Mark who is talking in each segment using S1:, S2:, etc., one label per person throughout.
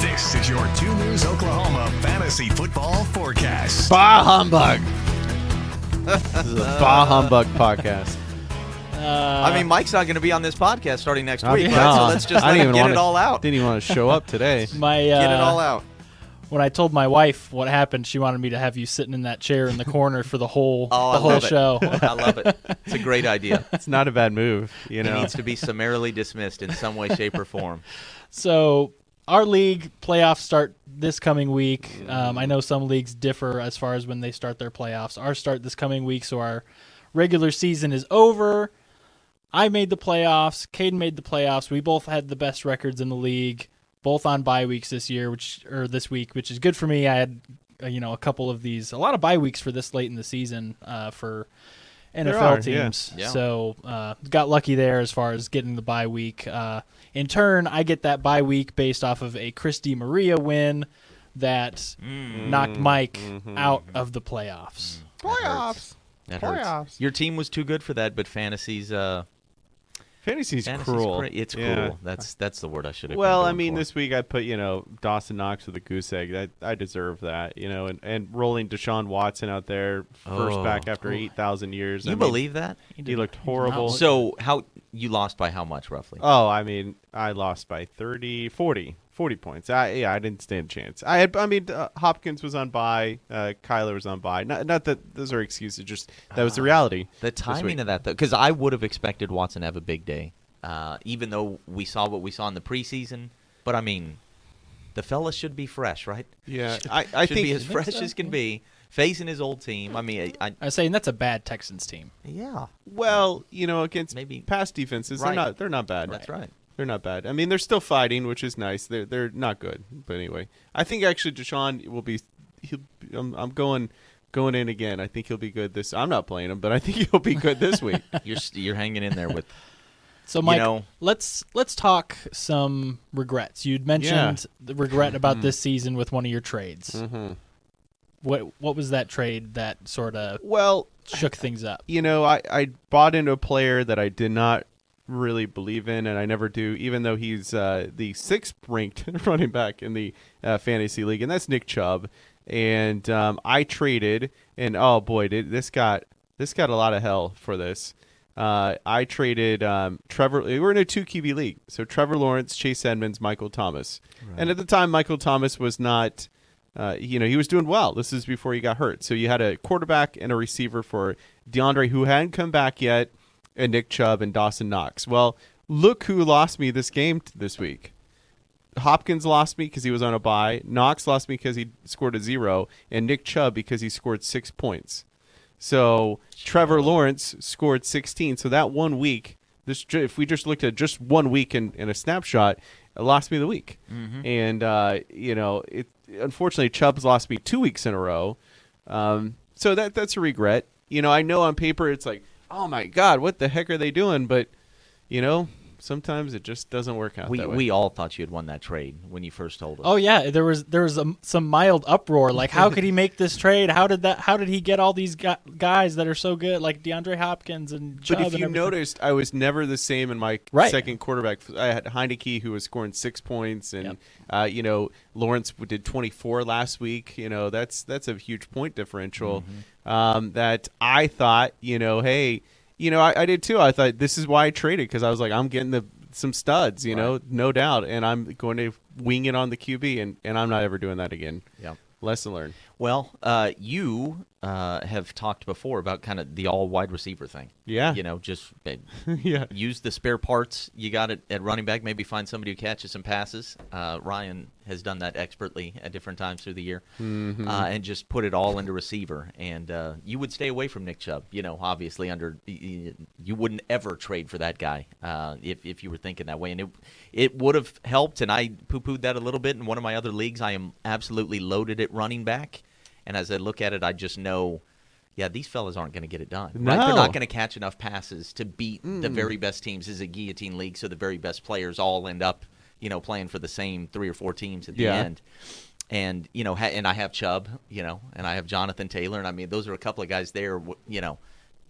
S1: This is your 2 News Oklahoma fantasy football forecast.
S2: Bah humbug. this is a bah humbug podcast.
S3: I mean, Mike's not going to be on this podcast starting next
S2: I'm
S3: week, right?
S2: done.
S3: so let's just
S2: I
S3: let
S2: didn't
S3: him
S2: even
S3: get
S2: wanna-
S3: it all out.
S2: Didn't even want to show up today.
S4: My uh,
S3: Get it all out.
S4: when I told my wife what happened, she wanted me to have you sitting in that chair in the corner for the whole
S3: Oh, I
S4: the whole
S3: love it.
S4: show.
S3: I love it. It's a great idea.
S2: It's not a bad move, you
S3: It
S2: know.
S3: needs to be summarily dismissed in some way, shape, or form.
S4: so our league playoffs start this coming week. Um, I know some leagues differ as far as when they start their playoffs. Ours start this coming week, so our regular season is over. I made the playoffs. Caden made the playoffs. We both had the best records in the league, both on bye weeks this year, which or this week, which is good for me. I had uh, you know a couple of these, a lot of bye weeks for this late in the season uh, for NFL
S2: are, yeah.
S4: teams.
S3: Yeah.
S4: So uh, got lucky there as far as getting the bye week. Uh, in turn, I get that bye week based off of a Christy Maria win that
S3: Mm.
S4: knocked Mike
S2: Mm-hmm.
S4: out of the playoffs.
S3: Playoffs. That hurts. Your team was too good for that, but fantasy's uh,
S2: Fantasy's,
S3: fantasy's
S2: cruel.
S3: cra- it's
S2: Yeah.
S3: cruel. That's that's the word I should have. been
S2: Well, I
S3: going
S2: mean,
S3: for.
S2: this week I put you know Dawson Knox with a goose egg. I, I deserve that, you know, and, and rolling Deshaun Watson out there first
S3: Oh.
S2: back after eight thousand years.
S3: You
S2: I mean,
S3: believe that?
S2: he looked horrible?
S4: look-
S3: Mm. So how you lost by how much roughly?
S2: Oh, I mean, I lost by 30, 40, 40 points. I yeah, I didn't stand a chance. I had, I mean, uh, Hopkins was on by, uh, Kyler was on by. Not, not that those are excuses. Just that was the reality.
S3: Ah, The
S2: week.
S3: timing of that, though, because I would have expected Watson to have a big day, uh, even though we saw what we saw in the preseason. But I mean, the fella should be fresh, right?
S2: Yeah, I, I
S3: should
S2: think
S3: be as
S4: think
S3: fresh
S4: so,
S3: as can be, facing his old team. I mean, I, I,
S4: I was saying that's a bad Texans team.
S3: yeah,
S2: well, you know, against
S3: Maybe-
S2: past defenses,
S3: Right.
S2: they're not they're not bad.
S3: that's right.
S2: They're not bad. I mean, they're still fighting, which is nice. They're they're not good, but anyway, I think actually Deshaun will be. He'll, I'm, I'm going going in again. I think he'll be good this. I'm not playing him, but I think he'll be good this week.
S3: You're s- you're hanging in there with.
S4: So Mike,
S3: know-
S4: let's let's talk some regrets. You'd mentioned the regret
S2: Mm-hmm.
S4: about this season with one of your trades. What what was that trade that sort of
S2: well,
S4: shook things up?
S2: you know, I, I bought into a player that I did not really believe in, and I never do, even though he's uh, the sixth ranked running back in the uh, fantasy league, and that's Nick Chubb. And um, I traded, and oh boy, did this got this got a lot of hell for this. Uh, I traded um, Trevor. We were in a two QB league, so Trevor Lawrence, Chase Edmonds, Michael Thomas, and at the time, Michael Thomas was not. Uh, you know, he was doing well. This is before he got hurt. So you had a quarterback and a receiver for DeAndre, who hadn't come back yet, and Nick Chubb and Dawson Knox. Well, look who lost me this game t- this week. Hopkins lost me because he was on a bye. Knox lost me because he scored a zero, and Nick Chubb because he scored six points. So Trevor Lawrence scored 16. So that one week, this ju- if we just looked at just one week in, in a snapshot, it lost me the week.
S3: Mm-hmm.
S2: And uh, you know, it unfortunately Chubb's lost me two weeks in a row. Um, so that that's a regret. You know, I know on paper it's like, oh my god, what the heck are they doing? But you know, sometimes it just doesn't work out.
S3: We
S2: that way.
S3: we all thought you had won that trade when you first told us.
S4: Oh yeah, there was there was um some mild uproar. Like, how could he make this trade? How did that? How did he get all these gu- guys that are so good, like DeAndre Hopkins and Chubb?
S2: But if
S4: and
S2: you
S4: everything?
S2: noticed, I was never the same in my
S4: Right.
S2: second quarterback. I had Heineke who was scoring six points, and
S4: Yep.
S2: uh, you know Lawrence did twenty four last week. You know that's that's a huge point differential. Um, that I thought, you know, hey, you know, I, I did too. I thought this is why I traded because I was like, I'm getting the some studs, you know, no doubt, and I'm going to wing it on the QB, and and I'm not ever doing that again.
S3: yeah.
S2: Lesson learned.
S3: Well, uh, you uh, have talked before about kind of the all wide receiver thing.
S2: Yeah.
S3: You know, just uh,
S2: yeah.
S3: use the spare parts you got at, at running back. Maybe find somebody who catches some passes. Uh, Ryan has done that expertly at different times through the year, uh, and just put it all into receiver. And uh, you would stay away from Nick Chubb. You know, obviously under y- y- you wouldn't ever trade for that guy uh, if if you were thinking that way. And it it would have helped. And I poo pooed that a little bit in one of my other leagues. I am absolutely loaded at running back, and as I look at it, I just know. Yeah, these fellas aren't going to get it done. Right? They're
S2: No.
S3: not going to catch enough passes to beat the
S2: Hmm.
S3: very best teams. This is a guillotine league, so the very best players all end up, you know, playing for the same three or four teams at the
S2: Yeah.
S3: end. And you know, ha- and I have Chubb, you know, and I have Jonathan Taylor, and I mean, those are a couple of guys there. w- You know,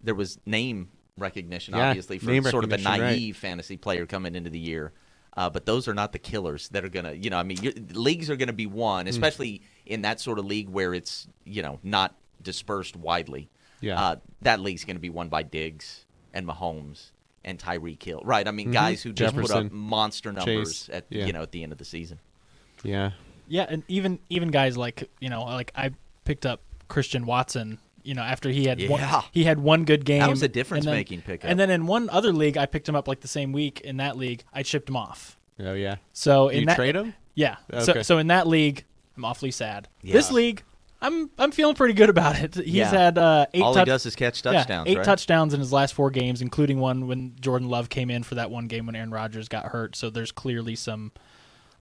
S3: there was name recognition,
S2: Yeah,
S3: obviously, for
S2: name
S3: sort of a
S2: recognition, right.
S3: naive fantasy player coming into the year. Uh, but those are not the killers that are gonna, you know, I mean, you leagues are gonna be won,
S2: Hmm.
S3: especially in that sort of league where it's, you know, not dispersed widely.
S2: Yeah.
S3: Uh, that league's gonna be won by Diggs and Mahomes and Tyreek Hill. Right. I mean, guys who just put up
S2: Mm-hmm. Jefferson.
S3: monster numbers at
S2: Yeah.
S3: you know at the end of the season.
S2: Yeah.
S4: Yeah, and even even guys like you know like I picked up Christian Watson. You know, after he had
S3: Yeah.
S4: one, he had one good game.
S3: was a
S4: and then-
S3: difference-making pickup.
S4: And then in one other league, I picked him up like the same week. In that league, I chipped him off.
S2: Oh yeah.
S4: So in
S2: You
S4: that
S2: trade him?
S4: yeah, so
S2: Okay.
S4: so in that league, I'm awfully sad.
S3: Yeah.
S4: This league, I'm I'm feeling pretty good about it. He's
S3: Yeah.
S4: had uh, eight.
S3: All
S4: tou-
S3: he does is catch touchdowns.
S4: yeah, eight
S3: right?
S4: touchdowns in his last four games, including one when Jordan Love came in for that one game when Aaron Rodgers got hurt. So there's clearly some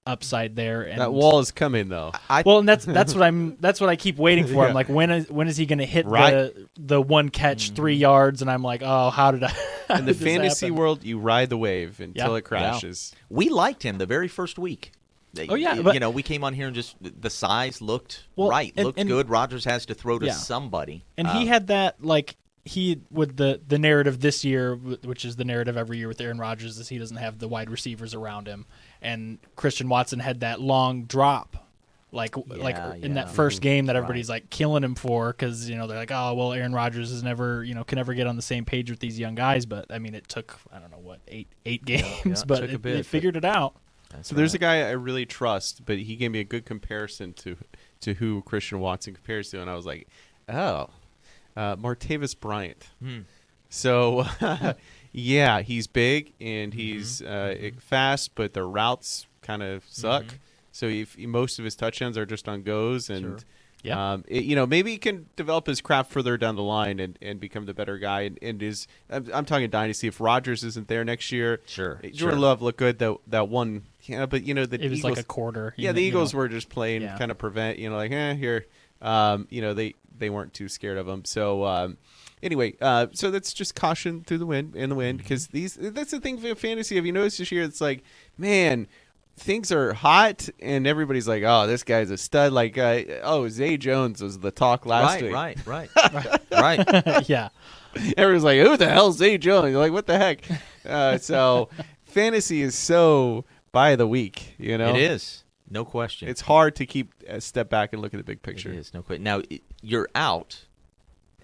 S4: upside there. And
S2: That wall is coming though.
S3: I-
S4: well, and that's that's what I'm. That's what I keep waiting for. I'm
S2: Yeah.
S4: like, when is when is he going to hit
S2: Right.
S4: the the one catch three yards? And I'm like, oh, how did I? how
S2: In the
S4: did this
S2: fantasy
S4: happen?
S2: world, you ride the wave until
S4: Yeah.
S2: it crashes.
S3: We liked him the very first week.
S4: Oh, yeah,
S3: you,
S4: but-
S3: you know we came on here and just the size looked
S4: Well,
S3: right,
S4: and-
S3: looked
S4: and-
S3: good. Rogers has to throw to
S4: Yeah.
S3: somebody,
S4: And he
S3: Uh,
S4: had that like he with the the narrative this year, wh- which is the narrative every year with Aaron Rodgers, is he doesn't have the wide receivers around him. And Christian Watson had that long drop, like like
S3: Yeah,
S4: in that
S3: yeah.
S4: first game that everybody's like killing him for because you know they're like, oh well, Aaron Rodgers is never you know can never get on the same page with these young guys. But I mean, it took I don't know what eight eight games,
S3: it
S4: but
S3: took a
S4: it,
S3: bit,
S4: it
S3: but-
S4: figured it out.
S2: So there's a guy I really trust, but he gave me a good comparison to to who Christian Watson compares to, and I was like, oh, uh, Martavis Bryant.
S4: Hmm.
S2: So yeah, he's big and
S4: Mm-hmm.
S2: he's uh, fast, but the routes kind of suck.
S4: Mm-hmm.
S2: So if most of his touchdowns are just on goes and.
S4: Yeah.
S2: Um, it- you know, maybe he can develop his craft further down the line and, and become the better guy. And, and is I'm, I'm talking dynasty. If Rodgers isn't there next year,
S3: Sure,
S2: Jordan
S3: sure.
S2: Love looked good that that one. Yeah, but you know the
S4: It was
S2: Eagles,
S4: like a quarter.
S2: Yeah, the
S4: you kn- you
S2: Eagles
S4: know.
S2: were just playing
S4: Yeah.
S2: kind of prevent. You know, like eh, here, um, you know they they weren't too scared of him. So um, anyway, uh, so that's just caution through the wind in the wind
S3: Mm-hmm.
S2: because these that's the thing for fantasy. Have you noticed this year? It's like man. Things are hot, and everybody's like, "Oh, this guy's a stud." Like, uh, "Oh, Zay Jones was the talk last
S3: right,
S2: week."
S3: right, right, right,
S4: yeah.
S2: Everyone's like, "Who the hell's Zay Jones?" You're like, "What the heck?" Uh, so, fantasy is so by the week. You know,
S3: It is no question.
S2: It's hard to keep a step back and look at the big
S3: It
S2: picture.
S3: is, no question. Now i- you're out,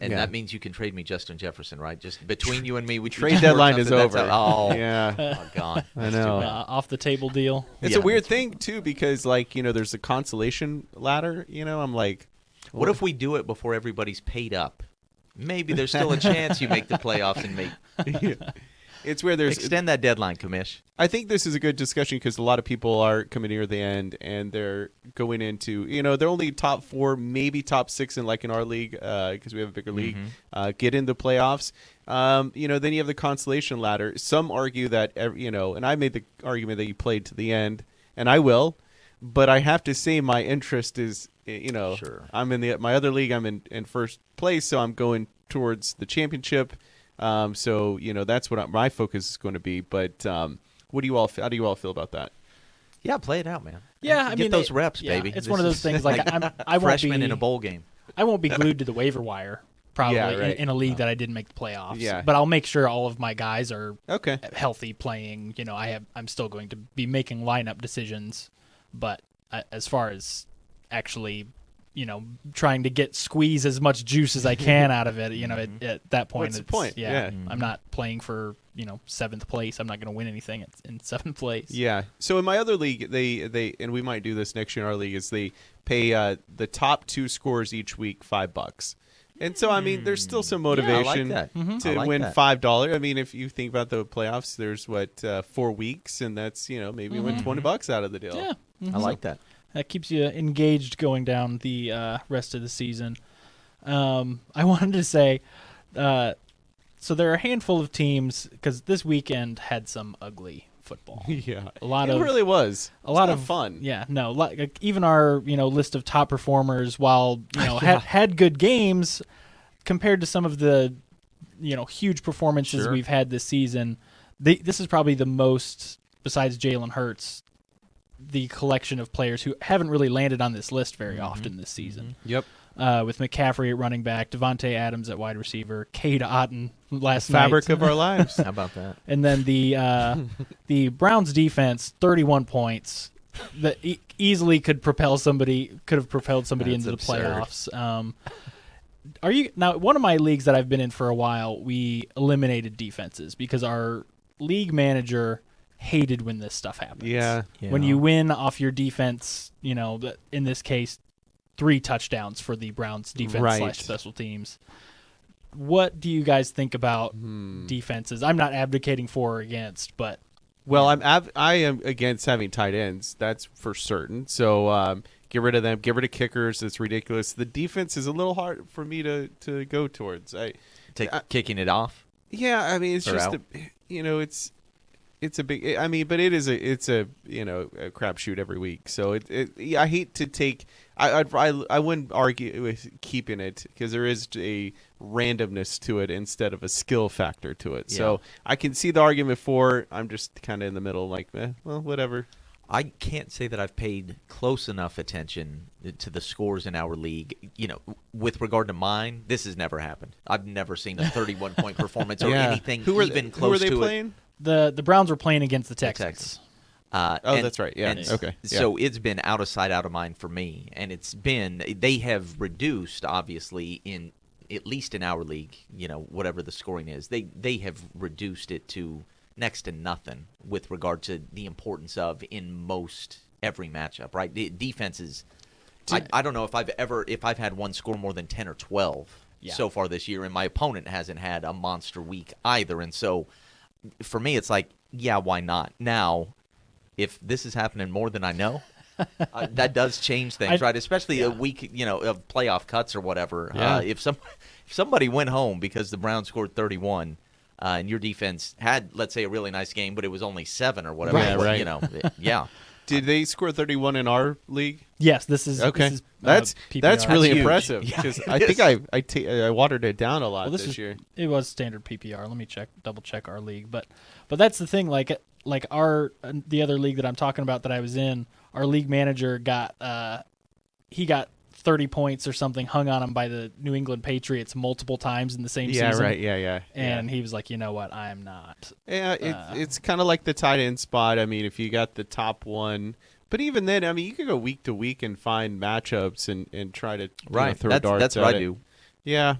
S3: and
S2: Yeah.
S3: that means you can trade me Justin Jefferson, right? Just between you and me, we can
S2: Trade
S3: work
S2: deadline is
S3: something. That's
S2: over.
S3: how- oh,
S2: yeah,
S3: oh, God,
S2: I know.
S4: Uh, off the table deal.
S2: It's
S3: Yeah.
S2: a weird thing too because, like, you know, there's a consolation ladder. You know, I'm like,
S3: What if we do it before everybody's paid up? Maybe there's still a chance you make the playoffs and make
S2: it's where there's
S3: extend that deadline, Commish.
S2: I think this is a good discussion because a lot of people are coming near the end and they're going into, you know, they're only top four, maybe top six in like in our league because we have a bigger league, uh, get into playoffs. Um, you know, then you have the consolation ladder. Some argue that, ev- you know, and I made the argument that you played to the end, and I will, but I have to say my interest is, eh, you know,
S3: Sure.
S2: I'm in the my other league. I'm in, in first place, so I'm going towards the championship. Um, so you know that's what my focus is going to be. But um, what do you all? How do you all feel about that?
S3: Yeah, play it out, man.
S4: Yeah, I
S3: get
S4: mean,
S3: those
S4: it-
S3: reps,
S4: yeah,
S3: baby.
S4: it's one of
S3: This
S4: those
S3: is
S4: things, like, I'm- I won't
S3: freshman
S4: be-
S3: in a bowl game.
S4: I won't be glued to the waiver wire probably
S2: Yeah, right.
S4: in, in a league that I didn't make the playoffs.
S2: Yeah.
S4: But I'll make sure all of my guys are
S2: Okay.
S4: healthy playing. You know, I have I'm still going to be making lineup decisions, but uh, as far as actually, you know, trying to get squeeze as much juice as I can out of it, you know, at, at that point,
S2: What's the
S4: it's,
S2: point?
S4: Yeah,
S2: Yeah.
S4: I'm not playing for you know seventh place. I'm not going to win anything at, in seventh place.
S2: Yeah. So in my other league, they they and we might do this next year in our league is they pay uh, the top two scores each week five bucks. And so Hmm. I Mm-hmm. mean, there's still some
S3: I like
S2: motivation
S3: that. Mhm.
S2: to
S3: I like
S2: win
S3: that.
S2: five dollar. I mean, if you think about the playoffs, there's what uh, four weeks, and that's you know maybe win twenty bucks out of the deal.
S4: Mm-hmm. Yeah.
S3: I like that.
S4: That keeps you engaged going down the uh, rest of the season. Um, I wanted to say, uh, so there are a handful of teams because this weekend had some ugly football.
S2: Yeah.
S4: A lot
S2: it
S4: of
S2: really was
S4: a lot
S2: It's
S4: of
S2: fun.
S4: Yeah, no, li- like, even our you know list of top performers, while you know had had good games, compared to some of the you know huge performances
S2: Sure.
S4: we've had this season, they, this is probably the most besides Jalen Hurts,
S2: Mm-hmm.
S4: the collection of players who haven't really landed on this list very often this season.
S2: Yep.
S4: uh, with McCaffrey at running back, Devonte Adams at wide receiver, Cade Otten last
S2: fabric
S4: night,
S2: of our lives.
S3: How about that?
S4: and then the uh, the Browns defense, thirty-one points, that e- easily could propel somebody could have propelled somebody
S3: That's
S4: into the
S3: absurd.
S4: playoffs. Um, are you now one of my leagues that I've been in for a while? We eliminated defenses because our league manager hated when this stuff happens.
S2: Yeah.
S4: when you win off your defense, you know, th- in this case, three touchdowns for the Browns defense
S2: Right.
S4: slash special teams. What do you guys think about
S2: Hmm.
S4: defenses? I'm not advocating for or against, but
S2: Well, I'm av- I am against having tight ends. That's for certain. So um, get rid of them. Get rid of kickers. It's ridiculous. The defense is a little hard for me to to go towards. I
S3: Take, kicking it off.
S2: yeah. I mean, it's
S3: Or
S2: just
S3: out.
S2: a, you know it's. It's a big. I mean, but it is a. It's a you know a crapshoot every week. So it. it I hate to take. I I'd, I I wouldn't argue with keeping it because there is a randomness to it instead of a skill factor to it. So I can see the argument for. I'm just kind of in the middle, like, eh, well, whatever.
S3: I can't say that I've paid close enough attention to the scores in our league. You know, with regard to mine, this has never happened. I've never seen a 31 point performance or
S2: Yeah.
S3: anything
S2: who were
S3: even
S2: they,
S3: close
S2: who were they
S3: to it.
S2: playing?
S4: the the Browns were playing against the Texans.
S3: Texans. Uh,
S2: Oh, that's right. Yeah. Okay. Yeah.
S3: So it's been out of sight, out of mind for me, and it's been they have reduced obviously in at least in our league. You know, whatever the scoring is, they they have reduced it to next to nothing with regard to the importance of in most every matchup. Right, the defenses. I, I don't know if I've ever if I've had one score more than ten or twelve
S4: Yeah.
S3: so far this year, and my opponent hasn't had a monster week either. And so, for me, it's like, yeah, why not? Now, if this is happening more than I know, uh, that does change things,
S4: I-
S3: right? Especially a week, you know, of playoff cuts or whatever.
S2: Yeah.
S3: Uh, if some if somebody went home because the Browns scored 31 uh, and your defense had, let's say, a really nice game, but it was only seven or whatever,
S4: Right.
S3: it was,
S2: Yeah,
S3: you know, it- yeah.
S2: Did they score 31 in our league?
S4: Yes, this is
S2: Okay,
S4: This is, uh,
S2: that's
S4: PPR.
S2: that's really
S3: huge.
S2: impressive
S3: Yeah,
S2: because
S3: it
S2: I think
S3: is.
S2: I I ta- I watered it down a lot
S4: Well,
S2: this,
S4: this is
S2: year.
S4: it was standard PPR. Let me check double check our league, but but that's the thing. Like like our uh, the other league that I'm talking about that I was in, our league manager got uh he got 30 points or something hung on him by the New England Patriots multiple times in the same
S2: Yeah,
S4: season.
S2: right. Yeah, yeah.
S4: And he was like, you know what, I'm not.
S2: yeah, it,
S3: Uh.
S2: it's kind of like the tight end spot. I mean, if you got the top one, but even then, I mean, you could go week to week and find matchups and and try to you know,
S3: Right.
S2: throw
S3: That's-
S2: darts.
S3: that's what
S2: at
S3: I
S2: it.
S3: do.
S2: Yeah,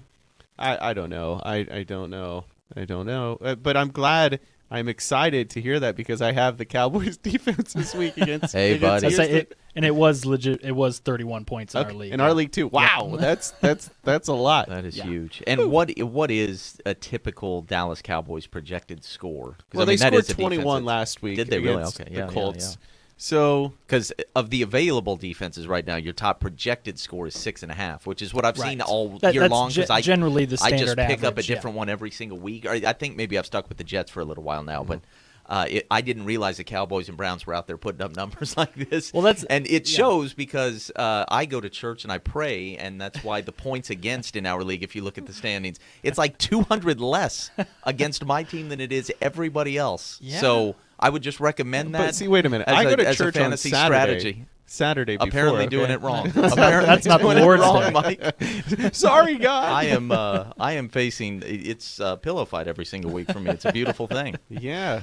S2: I I don't know. I I don't know. I don't know. Uh, But I'm glad. I'm excited to hear that because I have the Cowboys defense this week against.
S3: Hey,
S2: against
S3: buddy.
S4: I say
S2: Houston.
S4: it, and it was legit. It was 31 points in
S2: Okay,
S4: our league.
S2: In our league too. Wow, that's that's that's a lot.
S3: That is huge. And what what is a typical Dallas Cowboys projected score? 'Cause,
S2: Well,
S3: I mean,
S2: they
S3: that
S2: scored
S3: is a defense
S2: 21
S3: that's-
S2: last week.
S3: Did they really?
S2: against
S3: Okay, yeah, yeah,
S2: the Colts.
S3: yeah.
S2: So
S3: because of the available defenses right now, your top projected score is six and a half, which is what I've
S4: Right.
S3: seen all
S4: That-
S3: year
S4: that's
S3: long.
S4: ge-
S3: Because I
S4: generally the
S3: I just
S4: standard
S3: pick up a
S4: average, yeah.
S3: different one every single week. Or I think maybe I've stuck with the Jets for a little while
S4: Mm-hmm.
S3: now, but. Uh, it, I didn't realize the Cowboys and Browns were out there putting up numbers like this.
S4: Well, that's-
S3: and it
S4: yeah.
S3: shows because uh, I go to church and I pray, and that's why the points against in our league, if you look at the standings, it's like 200 less against my team than it is everybody else.
S4: Yeah.
S3: So I would just recommend that.
S2: but see, wait a minute.
S3: as
S2: I go
S3: a-
S2: to
S3: as a
S2: church on
S3: fantasy
S2: Saturday.
S3: strategy.
S2: Saturday before,
S3: Apparently
S2: okay?
S3: doing it wrong. Apparently
S4: that's not the
S3: doing it
S4: Lord's
S3: wrong,
S4: Day.
S3: Mike.
S2: Sorry, God.
S3: I am uh, I am facing it's uh, pillow fight every single week for me. It's a beautiful thing.
S2: Yeah.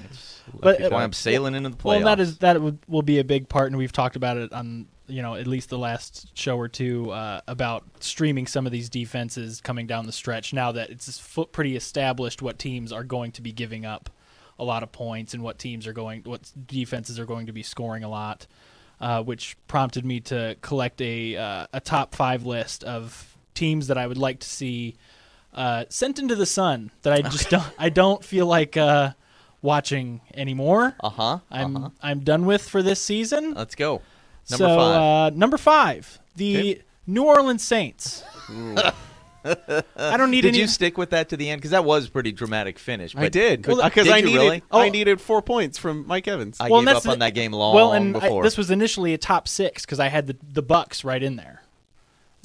S4: But-
S3: That's why I'm sailing into the playoffs.
S4: Well, and that is that would, will be a big part, and we've talked about it on you know at least the last show or two uh, about streaming some of these defenses coming down the stretch. Now that it's fo- pretty established what teams are going to be giving up a lot of points and what teams are going, what defenses are going to be scoring a lot, uh, which prompted me to collect a uh, a top five list of teams that I would like to see uh, sent into the sun that I just don't I don't feel like uh, watching anymore.
S3: uh huh.
S4: I'm I'm done with for this season.
S3: Let's go. Uh, Number
S4: so
S3: five.
S4: Uh, number five, the New Orleans Saints. I don't need
S3: did
S4: any.
S3: you stick with that to the end? Because that was a pretty dramatic finish.
S2: I
S3: but
S2: did
S3: could-
S2: because
S3: did
S2: I
S3: you
S2: needed
S3: really?
S2: I
S4: Oh.
S2: needed four points from Mike Evans.
S3: I
S4: Well, and
S3: gave up
S4: that's
S3: on
S4: the-
S3: that game long
S4: well, and I-
S3: before.
S4: this was initially a top six because I had the the Bucks right in there.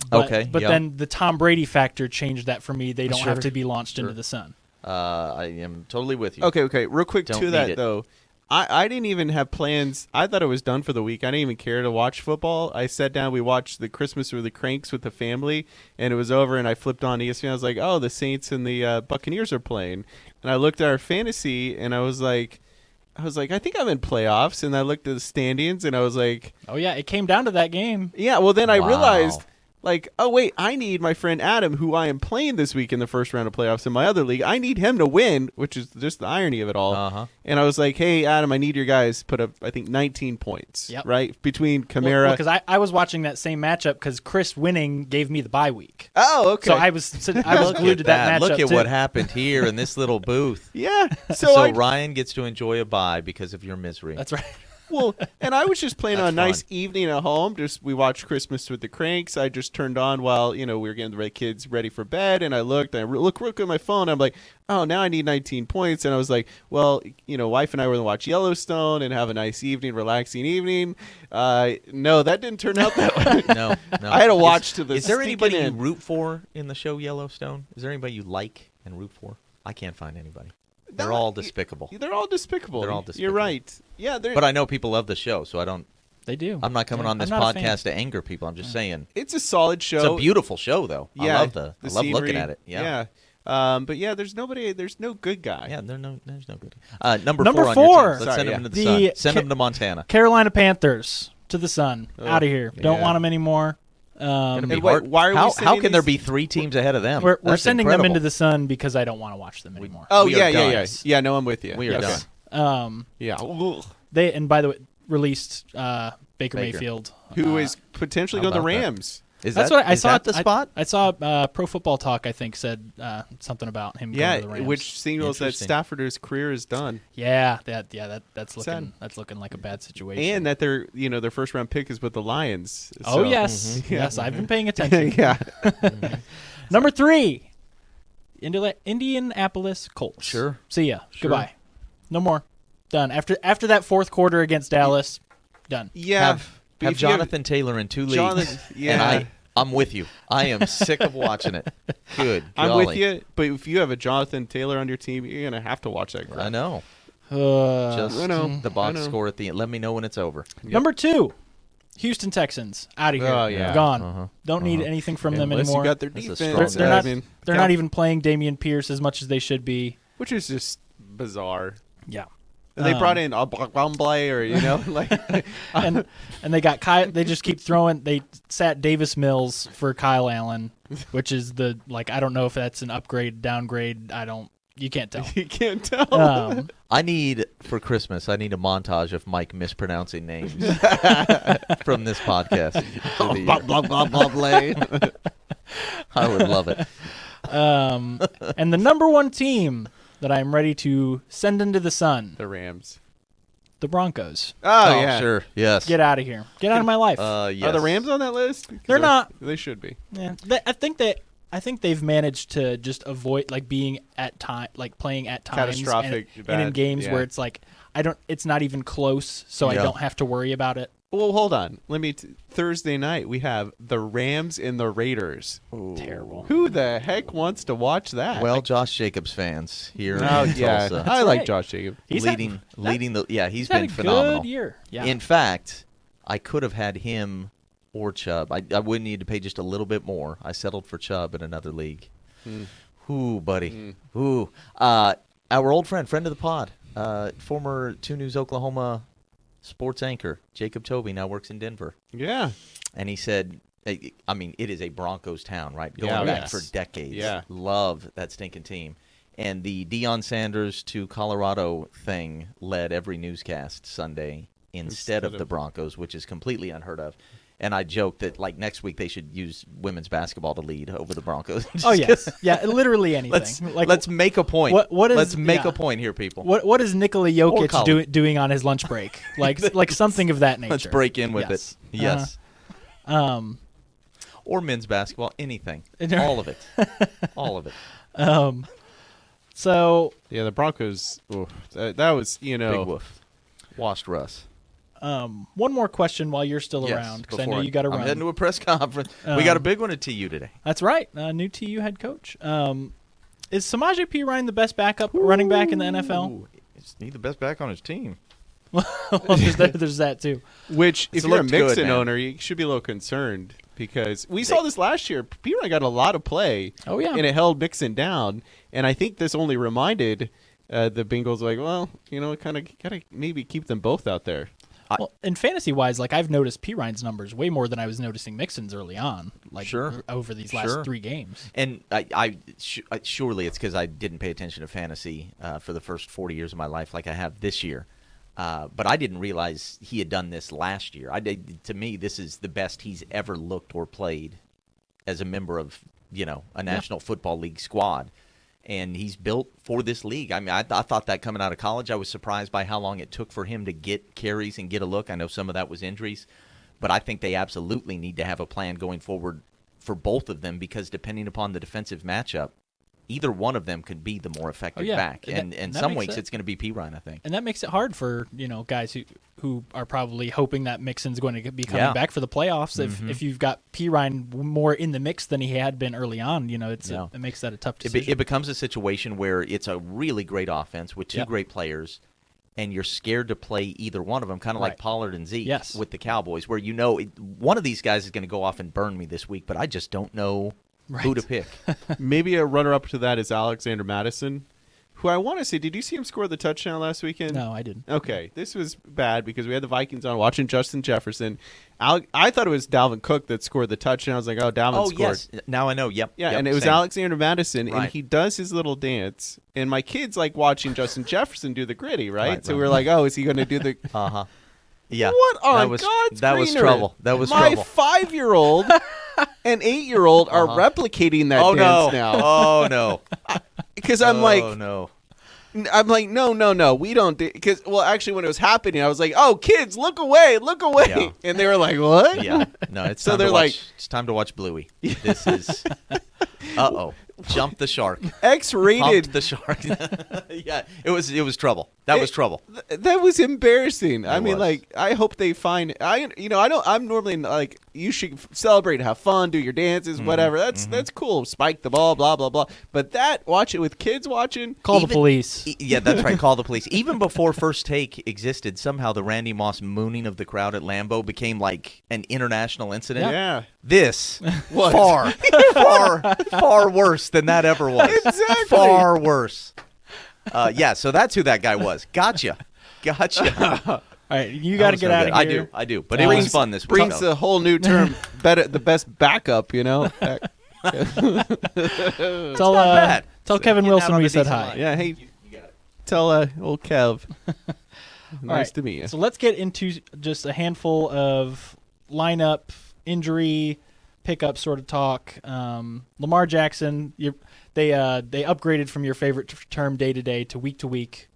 S4: But,
S3: Okay,
S4: but
S3: yeah.
S4: then the Tom Brady factor changed that for me. They don't
S2: Sure,
S4: have to be launched into the sun.
S3: uh, I am totally with you.
S2: Okay, okay. Real quick
S3: Don't
S2: to that
S3: need it.
S2: though, I, I didn't even have plans. I thought it was done for the week. I didn't even care to watch football. I sat down, we watched the Christmas with the Cranks with the family, and it was over. And I flipped on ESPN. I was like, oh, the Saints and the uh, Buccaneers are playing. And I looked at our fantasy, and I was like, I was like, I think I'm in playoffs. And I looked at the standings, and I was like,
S4: Oh yeah, it came down to that game.
S2: yeah. Well, then I
S3: Wow.
S2: realized, like, oh wait, I need my friend Adam, who I am playing this week in the first round of playoffs in my other league. I need him to win, which is just the irony of it all.
S3: Uh-huh.
S2: And I was like, hey, Adam, I need your guys to put up, I think, 19 points,
S4: Yep.
S2: right between Kamara.
S4: Because I, I was watching that same matchup because Chris winning gave me the bye week,
S2: oh, okay.
S4: so I was sit- I was
S3: Look
S4: glued
S3: at
S4: to that, matchup.
S3: Look at
S4: too.
S3: what happened here in this little booth.
S2: yeah. So,
S3: So,
S2: I,
S3: Ryan gets to enjoy a bye because of your misery.
S4: That's right.
S2: well, and I was just playing on a
S3: That's
S2: nice
S3: fun.
S2: evening at home. Just we watched Christmas with the Cranks. I just turned on while you know we were getting the kids ready for bed, and I looked. I re- look look at my phone. I'm like, oh, now I need 19 points. And I was like, well, you know, wife and I were gonna watch Yellowstone and have a nice evening, relaxing evening. Uh, no, that didn't turn out that way.
S3: No, no.
S2: I had to
S3: Is-
S2: watch to the
S3: Is there
S2: stinking
S3: anybody you
S2: end.
S3: root for in the show Yellowstone? Is there anybody you like and root for? I can't find anybody. They're
S2: No,
S3: all
S2: y-
S3: despicable.
S2: They're all despicable.
S3: They're all
S2: You're
S3: despicable.
S2: right. Yeah, they're,
S3: But I know people love the show, so I don't.
S4: They do.
S3: I'm not coming
S4: Yeah,
S3: on this
S4: I'm not a fan.
S3: podcast to anger people. I'm just saying
S2: it's a solid show.
S3: it's a beautiful show, though.
S2: Yeah,
S3: I love the. I love looking
S2: scenery.
S3: at it. Yeah.
S2: Yeah. Um, but yeah, there's nobody. There's no good guy.
S3: Yeah, there no, there's no good. Uh, number,
S4: Number
S3: four. On your
S4: four.
S3: team. Let's
S2: Sorry,
S3: send
S2: yeah.
S3: him into the,
S4: The
S3: sun. Send
S4: ca-
S3: him to Montana.
S4: Carolina Panthers to the sun.
S2: Ugh,
S4: Out of here. Don't
S2: yeah.
S4: want them anymore. Um,
S3: Gonna be
S2: wait,
S3: hard-
S2: why are we
S3: how, how
S2: sending
S3: can there be
S2: these-
S3: three teams ahead of them?
S4: we're we're
S3: That's
S4: sending them
S3: incredible.
S4: into the sun because I don't want to watch them anymore.
S2: Oh
S3: We are
S2: yeah, yeah, yeah,
S3: guys.
S2: yeah. No, I'm with you.
S3: We are
S2: Okay.
S3: done.
S4: Um,
S2: Yeah.
S4: they and by the way released uh, Baker,
S3: Baker.
S4: Mayfield,
S2: Who
S4: Uh,
S2: is potentially
S3: how
S2: going to the
S3: about that?
S2: Rams?
S3: Is
S4: that's
S3: that,
S4: what I, I
S3: is
S4: saw
S3: that
S4: at
S3: the spot?
S4: I, I saw uh, Pro Football Talk. I think said uh, something about him.
S2: Yeah,
S4: going to the Rams.
S2: which signals that
S3: Interesting.
S2: Stafford's career is done,
S4: yeah, that yeah that that's looking
S2: Sad.
S4: that's looking like a bad situation.
S2: and that their you know their first round pick is with the Lions. So-
S4: oh yes,
S3: Mm-hmm.
S4: yes, I've been paying attention.
S2: yeah.
S4: Number three, Indiana- Indianapolis Colts.
S3: Sure.
S4: See ya. Goodbye. No more. Done. After after that fourth quarter against Dallas, done.
S2: Yeah.
S3: have,
S2: But
S3: have
S2: if you have-
S3: Jonathan Taylor in two leagues.
S2: Jonathan-
S3: And
S2: yeah.
S3: I, I'm with you. I am sick of watching it. Good.
S2: I'm with
S3: golly.
S2: you, but if you have a Jonathan Taylor on your team, you're gonna have to watch that. Crap.
S3: I know.
S4: Uh,
S3: Just
S2: I know.
S3: the
S2: I
S3: box
S2: know.
S3: score at the end. Let me know when it's over.
S4: Number two, Houston Texans out of here.
S2: Oh, yeah.
S4: Gone.
S3: Uh-huh.
S4: Don't need anything from them
S2: Unless
S4: anymore.
S2: you got their
S3: That's a
S2: defense,
S3: strong
S4: they're,
S3: defense.
S4: they're not.
S2: I mean,
S4: they're
S2: Cal-
S4: not even playing Damian Pierce as much as they should be.
S2: which is just bizarre.
S4: Yeah.
S2: And they
S4: Um,
S2: brought in Obamblay or you know like
S4: and and they got Kyle. They just keep throwing. They sat Davis Mills for Kyle Allen, which is the like I don't know if that's an upgrade, downgrade. I don't. You can't tell.
S2: you can't tell.
S4: Um,
S3: I need for Christmas. I need a montage of Mike mispronouncing names from this podcast. through the year. I would love it.
S4: um, and the number one team that I am ready to send into the sun,
S2: the Rams.
S4: the Broncos.
S2: Oh, yeah,
S3: sure. Yes.
S4: Get out of here. Get out of my life.
S3: Uh, yes.
S2: Are the Rams on that list? 'Cause
S4: They're not.
S2: They should be.
S4: Yeah, they, I think that I think they've managed to just avoid like being at time, like playing at times and-
S2: Catastrophic,
S4: and, in
S2: bad,
S4: games
S2: yeah.
S4: where it's like I don't, it's not even close, so
S3: Yeah.
S4: I don't have to worry about it.
S2: Well, hold on. Let me. T- Thursday night we have the Rams and the Raiders.
S4: Terrible.
S2: Who the heck wants to watch that?
S3: Well, Josh Jacobs fans here
S2: oh
S3: in
S2: yeah,
S3: Tulsa.
S2: I like
S4: right.
S2: Josh Jacob.
S4: He's had-
S3: leading, leading the yeah.
S4: He's
S3: He's
S4: had
S3: been
S4: a
S3: phenomenal.
S4: good year. Yeah,
S3: In fact, I could have had him or Chubb. I, I would need to pay just a little bit more. I settled for Chubb in another league. Ooh, buddy. Ooh. Uh, our old friend, friend of the pod, uh, former Two News Oklahoma sports anchor, Jacob Toby, now works in Denver.
S2: Yeah,
S3: And he said, I I mean, it is a Broncos town, right? Going
S2: Yeah,
S3: back
S2: yes.
S3: for decades.
S2: Yeah.
S3: Love that stinking team. And the Deion Sanders to Colorado thing led every newscast Sunday instead,
S2: Instead
S3: of, the
S2: of-
S3: Broncos, which is completely unheard of. And I joked that like next week they should use women's basketball to lead over the Broncos.
S4: oh yes, yeah, literally anything.
S3: let's
S4: like
S3: let's make a point.
S4: what- what is-
S3: let's make
S4: yeah.
S3: a point here, people.
S4: what what is Nikola Jokic
S3: college.
S4: do, doing on his lunch break? Like like something of that nature.
S3: let's break in with
S4: Yes.
S3: it. Yes,
S4: Uh, um,
S3: or men's basketball, anything,
S4: And-
S3: all of it, all of it.
S4: um, so
S2: yeah. The Broncos. oof, that, that was you know.
S4: Oh.
S3: Big woof, washed Russ.
S4: um, one more question while you're still
S3: Yes,
S4: around because I
S3: before
S4: know you got to
S3: I'm
S4: run.
S3: heading to a press conference. we got a
S4: Um,
S3: big one at TU today.
S4: That's right. Uh, new TU head coach. Um, is Samaje P. Ryan the best backup running back in the NFL?
S5: He's- He's the best back on his team.
S4: well, there's, that, there's that too.
S2: Which, if
S3: It's
S2: you're a
S3: looked good,
S2: Mixon
S3: man.
S2: owner, you should be a little concerned because we saw this last year. Piran got a lot of play.
S4: Oh, yeah.
S2: and it held Mixon down. And I think this only reminded uh, the Bengals, like, well, you know, kind of gotta maybe keep them both out there.
S3: I-
S4: Well, and fantasy wise, like I've noticed P Ryan's numbers way more than I was noticing Mixon's early on, like
S3: Sure.
S4: over these last
S3: Sure.
S4: three games.
S3: And I, I, sh- I surely it's because I didn't pay attention to fantasy uh, for the first 40 years of my life, like I have this year. Uh, but I didn't realize he had done this last year. I did, to me, this is the best he's ever looked or played as a member of, you know, a National Football League squad. And he's built for this league. I mean, I, I thought that coming out of college, I was surprised by how long it took for him to get carries and get a look. I know some of that was injuries, but I think they absolutely need to have a plan going forward for both of them because depending upon the defensive matchup, either one of them could be the more effective
S4: Oh, yeah.
S3: back.
S4: That-
S3: And in
S4: that
S3: some
S4: makes
S3: weeks,
S4: sense.
S3: it's going to be P Ryan, I think.
S4: And that makes it hard for you know guys who who are probably hoping that Mixon's going to be coming
S3: Yeah. Mm-hmm.
S4: back for the playoffs. If if you've got P Ryan more in the mix than he had been early on, you know it's
S3: Yeah.
S4: it, it makes that a tough
S3: It, be,
S4: decision.
S3: it becomes a situation where it's a really great offense with two
S4: Yep.
S3: great players, and you're scared to play either one of them, kind of like
S4: Right.
S3: Pollard and Zeke
S4: Yes.
S3: with the Cowboys, where you know it, one of these guys is going to go off and burn me this week, but I just don't know who
S4: Right.
S3: to pick.
S2: maybe a runner-up to that is Alexander Madison, who I want to see. Did you see him score the touchdown last weekend?
S4: no, I didn't.
S2: Okay, this was bad because we had the Vikings on watching Justin Jefferson. Al- I thought it was Dalvin Cook that scored the touchdown. I was like, oh, Dalvin
S3: oh,
S2: scored.
S3: yes. Now I know. Yep.
S2: Yeah,
S3: Yep.
S2: and it was
S3: Same.
S2: Alexander Madison, and
S3: Right.
S2: he does his little dance. And my kids like watching Justin Jefferson do the gritty, right?
S3: Right,
S2: so
S3: right.
S2: we're like, oh, is he going to do the.
S3: Uh huh. Yeah.
S2: What on
S3: that was,
S2: God's
S3: That was
S2: greener?
S3: trouble. That was
S2: my
S3: trouble.
S2: five year old and eight year old are replicating that
S3: oh, no.
S2: dance now.
S3: Oh, no.
S2: Because I'm like,
S3: oh, no.
S2: N- I'm like, no, no, no, we don't. Because well, actually, when it was happening, I was like, oh, kids, look away, look away,
S3: Yeah.
S2: and they were like, what?
S3: yeah. No, it's
S2: So
S3: time to
S2: they're
S3: watch-
S2: like-
S3: it's time to watch Bluey. This is uh oh, jump the shark,
S2: X-rated.
S3: pumped the shark. yeah, it was it was trouble. That was
S2: It-
S3: trouble.
S2: Th- that was embarrassing. I
S3: It
S2: mean,
S3: was.
S2: like, I hope they find. I, you know, I don't. I'm normally like, you should f- celebrate, have fun, do your dances,
S3: Mm-hmm.
S2: whatever. That's that's cool. Spike the ball, blah blah blah. But that, watch it with kids watching.
S4: Call the
S3: Even-
S4: police.
S3: E- Yeah, that's right. Call the police. Even before First Take existed, somehow the Randy Moss mooning of the crowd at Lambeau became like an international incident.
S2: Yeah.
S3: This
S2: Was.
S3: far, far, far worse than that ever was.
S2: Exactly.
S3: Far worse. Uh, yeah, so that's who that guy was. Gotcha. Gotcha.
S4: All right, you
S3: That
S4: got to
S3: was
S4: get
S3: no
S4: out
S3: good.
S4: of here. Uh,
S3: I do, I do. But it was fun this week.
S2: Uh, brings
S3: though.
S2: a whole new term. better, the best backup. You know. Uh,
S4: Tell
S3: not
S4: uh,
S3: bad.
S4: tell Kevin
S3: Getting out
S4: Wilson
S3: on
S4: we
S3: a
S4: said
S3: decent
S4: hi.
S3: line.
S2: yeah. Hey,
S3: You got it.
S2: tell uh, old Kev. nice
S4: All right,
S2: to meet you.
S4: So let's get into just a handful of lineup, injury, pickup sort of talk. Um, Lamar Jackson, you they uh, they upgraded from your favorite t- term day to day to week to week.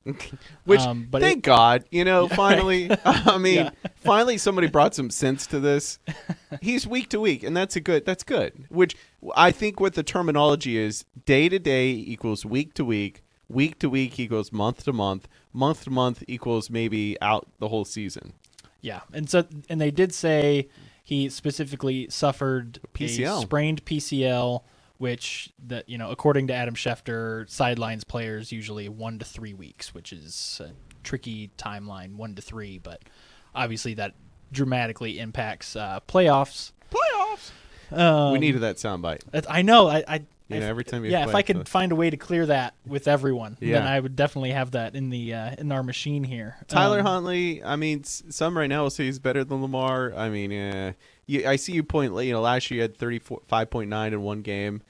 S2: Which,
S4: Um, but
S2: thank
S4: it-
S2: God, you know, finally, I mean,
S4: Yeah.
S2: finally somebody brought some sense to this. He's week to week, and that's a good. That's good. Which I think what the terminology is: day to day equals week to week, week to week equals month to month, month to month equals maybe out the whole season.
S4: Yeah, and so and they did say he specifically suffered a
S2: PCL.
S4: sprained PCL, which that you know according to Adam Schefter sidelines players usually one to three weeks, which is a tricky timeline, one to three, but obviously that dramatically impacts uh, playoffs.
S2: Playoffs. we
S4: Um,
S2: needed that soundbite.
S4: That's- I know. I, I
S2: You know,
S4: if-
S2: every time you
S4: yeah, if
S2: play,
S4: I could
S2: uh,
S4: find a way to clear that with everyone, then
S2: Yeah.
S4: I would definitely have that in the uh, in our machine here.
S2: Tyler
S4: Um,
S2: Huntley, I mean, s- some right now will say he's better than Lamar. I mean, eh, you, I see you point. You know, last year you had thirty five point nine in one game.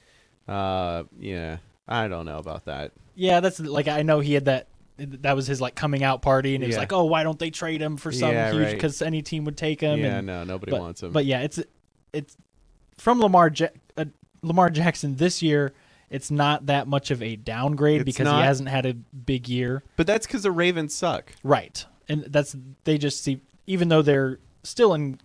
S2: Uh, yeah, I don't know about that.
S4: Yeah, that's like I know he had that. That was his like coming out party, and it was
S2: Yeah.
S4: like, oh, why don't they trade him for some
S2: Yeah,
S4: huge?
S2: right.
S4: Because any team would take him.
S2: yeah,
S4: and,
S2: no, nobody
S4: but,
S2: wants him.
S4: But yeah, it's it's from Lamar ja- uh, Lamar Jackson this year. It's not that much of a downgrade
S2: It's
S4: because
S2: not.
S4: he hasn't had a big year.
S2: but that's because the Ravens suck.
S4: Right. And that's they just see even though they're still in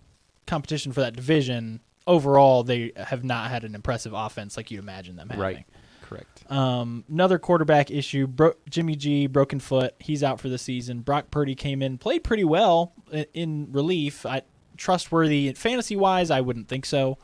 S4: competition for that division, overall they have not had an impressive offense like you'd imagine them having.
S2: Right. Correct.
S4: Um, another quarterback issue. Bro- Jimmy G broken foot. He's out for the season. Brock Purdy came in, played pretty well i- in relief. I trustworthy fantasy wise, I wouldn't think so.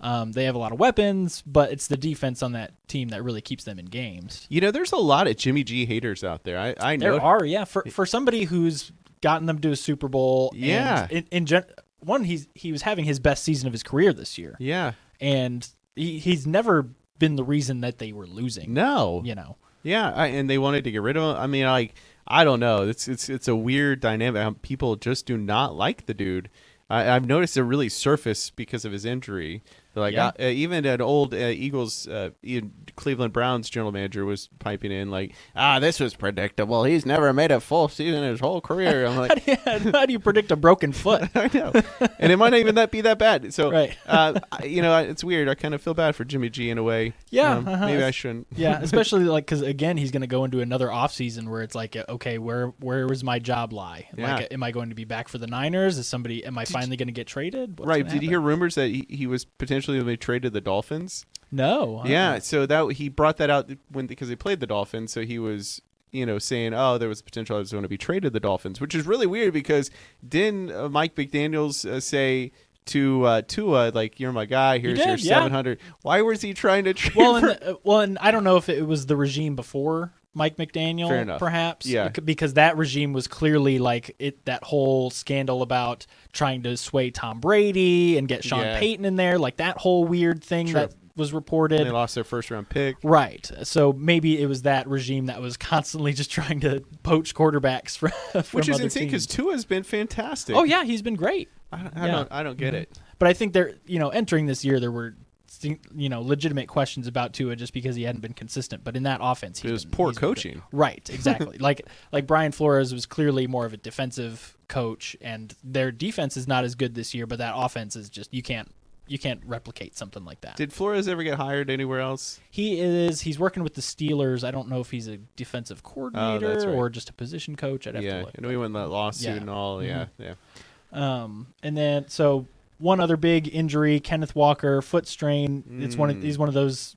S4: Um, they have a lot of weapons, but it's the defense on that team that really keeps them in games.
S2: You know, there's a lot of Jimmy G haters out there. I, I know.
S4: There are, yeah. For for somebody who's gotten them to a Super Bowl. and
S2: Yeah.
S4: in, in gen- one, he's he was having his best season of his career this year,
S2: Yeah.
S4: and he, he's never been the reason that they were losing.
S2: No.
S4: You know,
S2: Yeah, I, and they wanted to get rid of him. I mean, like I don't know. It's it's it's a weird dynamic. Um, People just do not like the dude. I, I've noticed it really surfaced because of his injury. Like
S4: Yeah.
S2: uh, even an old uh, Eagles, uh, Ian- Cleveland Browns general manager was piping in like, "Ah, this was predictable. He's never made a full season in his whole career." I'm like,
S4: how do you predict a broken foot?
S2: I know, and it might not even that be that bad. So,
S4: Right.
S2: uh, I- you know, I- it's weird. I kind of feel bad for Jimmy G in a way.
S4: Yeah,
S2: Um,
S4: uh-huh.
S2: maybe I shouldn't.
S4: yeah, especially like because again, he's going to go into another offseason where it's like, okay, where where is my job lie?
S2: Yeah.
S4: Like, am I going to be back for the Niners? Is somebody? Am I finally going to get traded? What's
S2: right?
S4: gonna
S2: Did you hear
S4: happen?
S2: rumors that he, he was potentially going to be traded to the Dolphins?
S4: No. uh-uh.
S2: Yeah, so that he brought that out when because they played the Dolphins, so he was you know saying, "Oh, there was potential I was going to be traded to the Dolphins," which is really weird because didn't uh, Mike McDaniel's uh, say to uh, Tua like, "You're my guy. Here's your
S4: did, yeah.
S2: 700." Why was he trying to trade?
S4: well, and,
S2: for-
S4: uh, well, and I don't know if it was the regime before Mike McDaniel,
S2: Fair enough.
S4: perhaps,
S2: Yeah.
S4: bec- because that regime was clearly like it that whole scandal about trying to sway Tom Brady and get Sean
S2: Yeah.
S4: Payton in there, like that whole weird thing that was
S2: they
S4: reported.
S2: lost their first round pick.
S4: Right. So maybe it was that regime that was constantly just trying to poach quarterbacks from, from
S2: Which is
S4: other
S2: insane because
S4: teams.
S2: Tua's been fantastic.
S4: oh yeah, he's been great.
S2: I, don't- I
S4: Yeah. Mm-hmm.
S2: don't. I don't get it.
S4: But I think there, you know, entering this year, there were, you know, legitimate questions about Tua just because he hadn't been consistent. But in that offense, he
S2: It was poor coaching.
S4: Right, exactly. like like Brian Flores was clearly more of a defensive coach, and their defense is not as good this year. But that offense is just you can't you can't replicate something like that.
S2: Did Flores ever get hired anywhere else?
S4: he is he's working with the Steelers. I don't know if he's a defensive coordinator
S2: Oh, right.
S4: or just a position coach. I'd have
S2: yeah,
S4: to look.
S2: and we won that lawsuit
S4: Yeah. Mm-hmm.
S2: and all. Yeah, yeah.
S4: Um, and then so one other big injury, Kenneth Walker, foot strain. It's one
S2: Mm.
S4: of he's one of those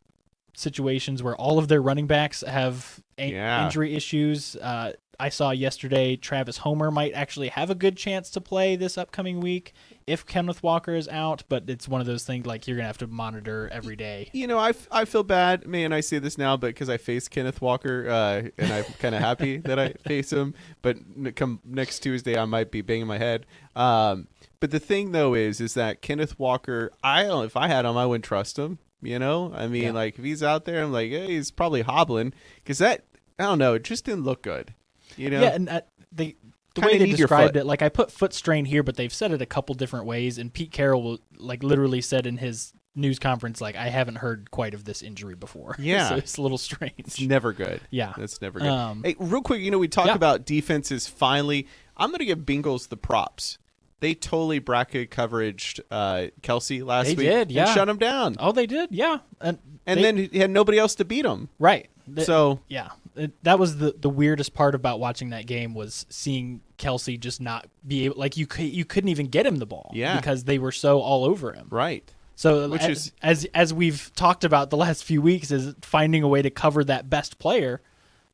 S4: situations where all of their running backs have a-
S2: Yeah.
S4: injury issues. Uh, I saw yesterday Travis Homer might actually have a good chance to play this upcoming week if Kenneth Walker is out, but it's one of those things like you're gonna have to monitor every day.
S2: you know, I, f- I feel bad, man. I say this now, but because I faced Kenneth Walker, uh, and I'm kind of happy that I face him. But n- come next Tuesday, I might be banging my head. Um, but the thing though is, is that Kenneth Walker, I don't, if I had him, I wouldn't trust him. You know, I mean,
S4: Yeah.
S2: like if he's out there, I'm like, hey, he's probably hobbling because that I don't know, it just didn't look good. You know,
S4: Yeah, and uh, they the
S2: Kinda
S4: way they
S2: need your
S4: described
S2: foot.
S4: it, like I put foot strain here, but they've said it a couple different ways. And Pete Carroll, will, like literally said in his news conference, like I haven't heard quite of this injury before.
S2: Yeah.
S4: so it's a little
S2: It's
S4: strange.
S2: never good.
S4: Yeah.
S2: That's never good.
S4: Um,
S2: hey, real quick, you know, we talk
S4: yeah.
S2: about defenses finally. I'm going to give Bengals the props. They totally bracket coveraged uh, Kelsey last
S4: They
S2: week.
S4: did,
S2: and
S4: yeah.
S2: shut him down.
S4: Oh, they did, yeah, and
S2: and
S4: they-
S2: then he had nobody else to beat him.
S4: right. They-
S2: so,
S4: yeah, It- that was the the weirdest part about watching that game was seeing Kelsey just not be able, like you cou- you couldn't even get him the ball,
S2: Yeah.
S4: because they were so all over him.
S2: right.
S4: So
S2: Which
S4: as,
S2: is-
S4: as as we've talked about the last few weeks is finding a way to cover that best player.